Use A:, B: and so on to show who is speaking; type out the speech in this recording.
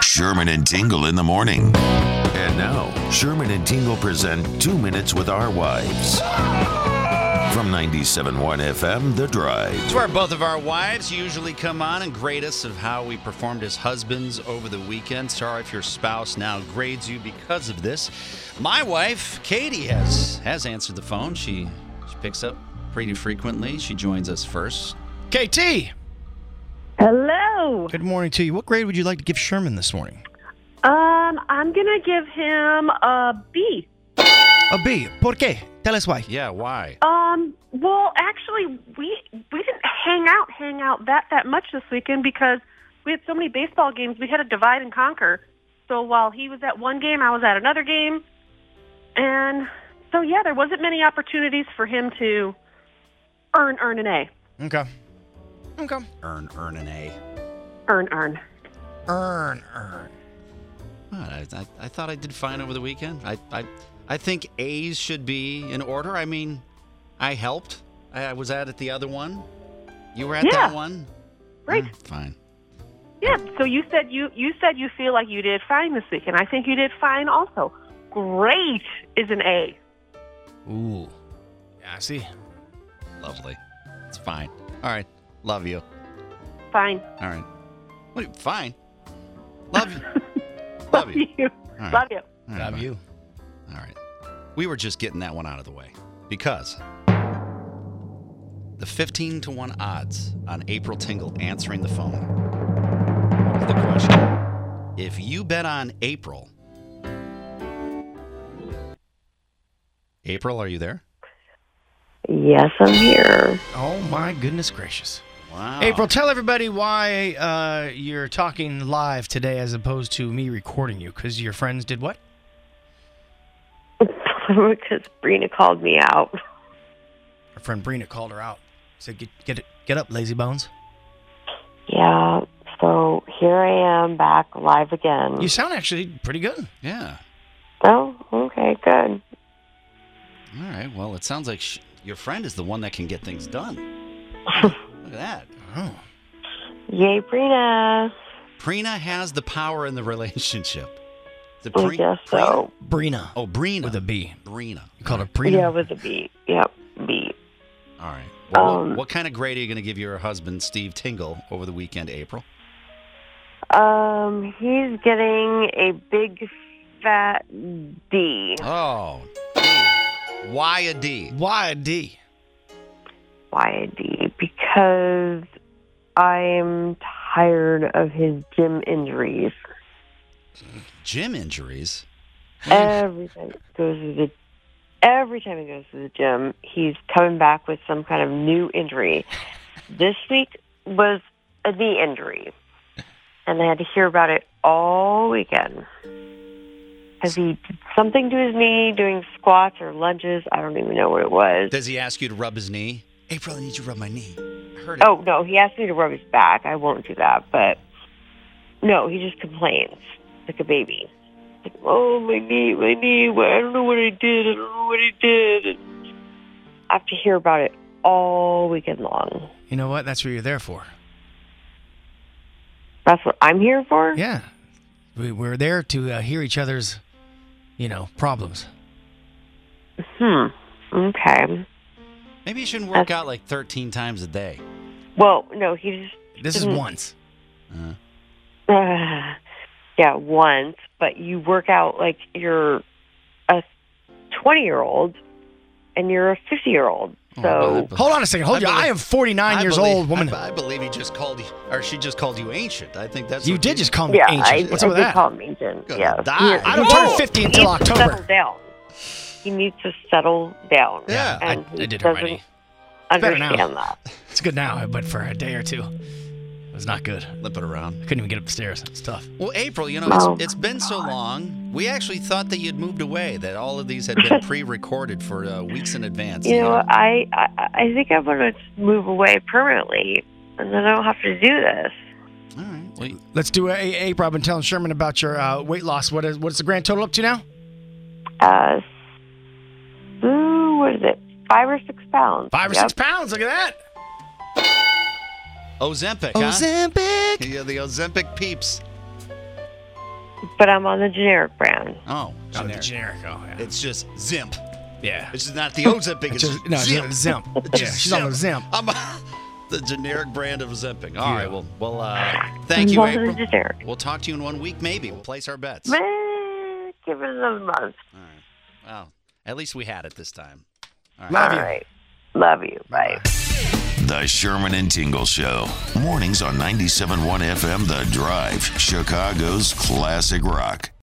A: Sherman and Tingle in the morning. And now, Sherman and Tingle present Two Minutes with Our Wives. From 97.1 FM, The Drive.
B: It's where both of our wives usually come on and grade us of how we performed as husbands over the weekend. Sorry if your spouse now grades you because of this. My wife, Katie, has has answered the phone. She she picks up pretty frequently. She joins us first. KT,
C: Hello.
B: good morning to you. What grade would you like to give Sherman this morning?
C: Um, I'm gonna give him a B.
D: A B. Por qué? Tell us why.
B: Yeah, why?
C: Um, well, actually, we we didn't hang out, hang out that that much this weekend because we had so many baseball games. We had to divide and conquer. So while he was at one game, I was at another game, and so yeah, there wasn't many opportunities for him to earn, earn an A,
D: Okay. Okay.
B: Earn, earn an A.
C: earn, earn.
D: Earn, earn.
B: All right, I, I, I thought I did fine over the weekend. I, I I think A's should be in order. I mean, I helped. I, I was at, at the other one. You were at
C: Yeah.
B: that one.
C: Right.
B: Mm, fine.
C: Yeah. So you said you you said you feel like you did fine this weekend. I think you did fine also. Great is an A.
D: Ooh. I see.
B: Lovely. It's fine. All right. Love you.
C: Fine.
B: All right. Wait, fine. Love you. Love you. All right.
C: Love you.
B: All right,
D: Love
B: bye.
D: you.
B: All right. We were just getting that one out of the way because the 15 to 1 odds on April Tingle answering the phone. What is the question? If you bet on April, April, are you there?
C: Yes, I'm here.
D: Oh my goodness gracious.
B: Wow.
D: Oh. April, tell everybody why uh, you're talking live today as opposed to me recording you because your friends did what?
C: because Brina called me out.
D: Her friend Brina called her out. Said, get get it, get up, lazy bones.
E: Yeah, so here I am back live again.
D: You sound actually pretty good.
B: Yeah.
E: oh, okay, good.
B: All right. Well, it sounds like sh- your friend is the one that can get things done. Look at that.
D: Oh.
E: Yay, Brina.
B: Prina has the power in the relationship. The
E: I guess so.
D: Brina.
B: Oh, Brina.
D: With a B.
B: Brina.
D: You called her Brina?
E: Yeah, with a B. Yep, B.
B: All right. Well,
E: Um,
B: what kind of grade are you going to give your husband, Steve Tingle, over the weekend, April?
E: Um, he's getting a big fat D.
B: Oh, D. Why a D?
D: Why a D?
E: Why a D? Because I'm tired of his gym injuries.
B: Gym injuries.
E: Every time he goes to the every time he goes to the gym, he's coming back with some kind of new injury. This week was a knee injury, and I had to hear about it all weekend. Because he did something to his knee, doing squats or lunges. I don't even know what it was.
B: Does he ask you to rub his knee? April, I need you to rub my knee. I heard it.
E: Oh no, he asked me to rub his back. I won't do that. But no, he just complains like a baby. Like, oh my knee, my knee. well, I don't know what I did. I don't know what I did. And I have to hear about it all weekend long.
D: You know what? That's what you're there for.
E: That's what I'm here for.
D: Yeah, we, we're there to uh, hear each other's, you know, problems.
E: Hmm. Okay.
B: Maybe you shouldn't work out like 13 times a day.
E: Well, no, he just
B: Mm-hmm.
D: This is
E: Mhm.
D: once.
B: Uh,
E: uh, yeah, once, but you work out like you're a 20 year old and you're a 50 year old.
D: Oh,
E: So,
D: Hold on a second. Hold
B: I
D: you. I
B: believe-
D: am 49
B: I
D: years
B: believe-
D: old woman.
B: I, I believe he just called you, or she just called you ancient. I think that's
D: you
B: what
D: did
B: he-
D: just call me
E: yeah,
D: ancient.
E: I,
D: What's
E: I
D: up with
E: did
D: that?
E: call him ancient.
B: Gonna
E: Yeah.
B: die.
E: He-
D: I don't turn
E: he
D: 50 until
E: needs to
D: October.
E: Settle down. He needs to settle down.
B: Yeah.
D: I,
E: and he
D: I did
E: doesn't
D: already. better now.
E: understand that.
D: It's good now, but for a day or two, it was not good.
B: limping around.
D: I couldn't even get up the stairs. It's tough.
B: Well, April, you know,
E: Oh,
B: it's, it's been so long. We actually thought that you'd moved away, that all of these had been pre-recorded for uh, weeks in advance.
E: You know, I, I I think I'm gonna move away permanently, and then I don't have to do this.
B: All right. Well, you-
D: Let's do a, a Rob and telling Sherman about your uh, weight loss. What is what's the grand total up to now?
E: Uh, ooh, what is it? Five or six pounds.
D: Five or
E: Yep.
D: six pounds. Look at that.
B: Ozempic, huh?
D: Ozempic.
B: Yeah, the Ozempic peeps.
E: But I'm on the generic brand.
B: Oh,
D: Oh, the
B: generic.
D: generic. Oh, yeah.
B: It's just Zimp.
D: yeah.
B: It's just not the Ozempic. It's
D: Just-
B: just,
D: no,
B: Zimp.
D: Zimp. Zimp. Yeah,
B: Just
D: she's on the Zimp.
B: I'm the generic brand of Ozempic. All right.
D: Yeah.
B: Well, well. Uh, thank you,
E: Well, it's
B: April.
E: generic.
B: We'll talk to you in one week, maybe. We'll place our bets.
E: Meh, Give it another month.
B: All right. Well, at least we had it this time.
D: Love
E: All
D: you.
E: right. Love you. Bye.
A: The Sherman and Tingle Show. Mornings on 97.1 FM The Drive, Chicago's classic rock.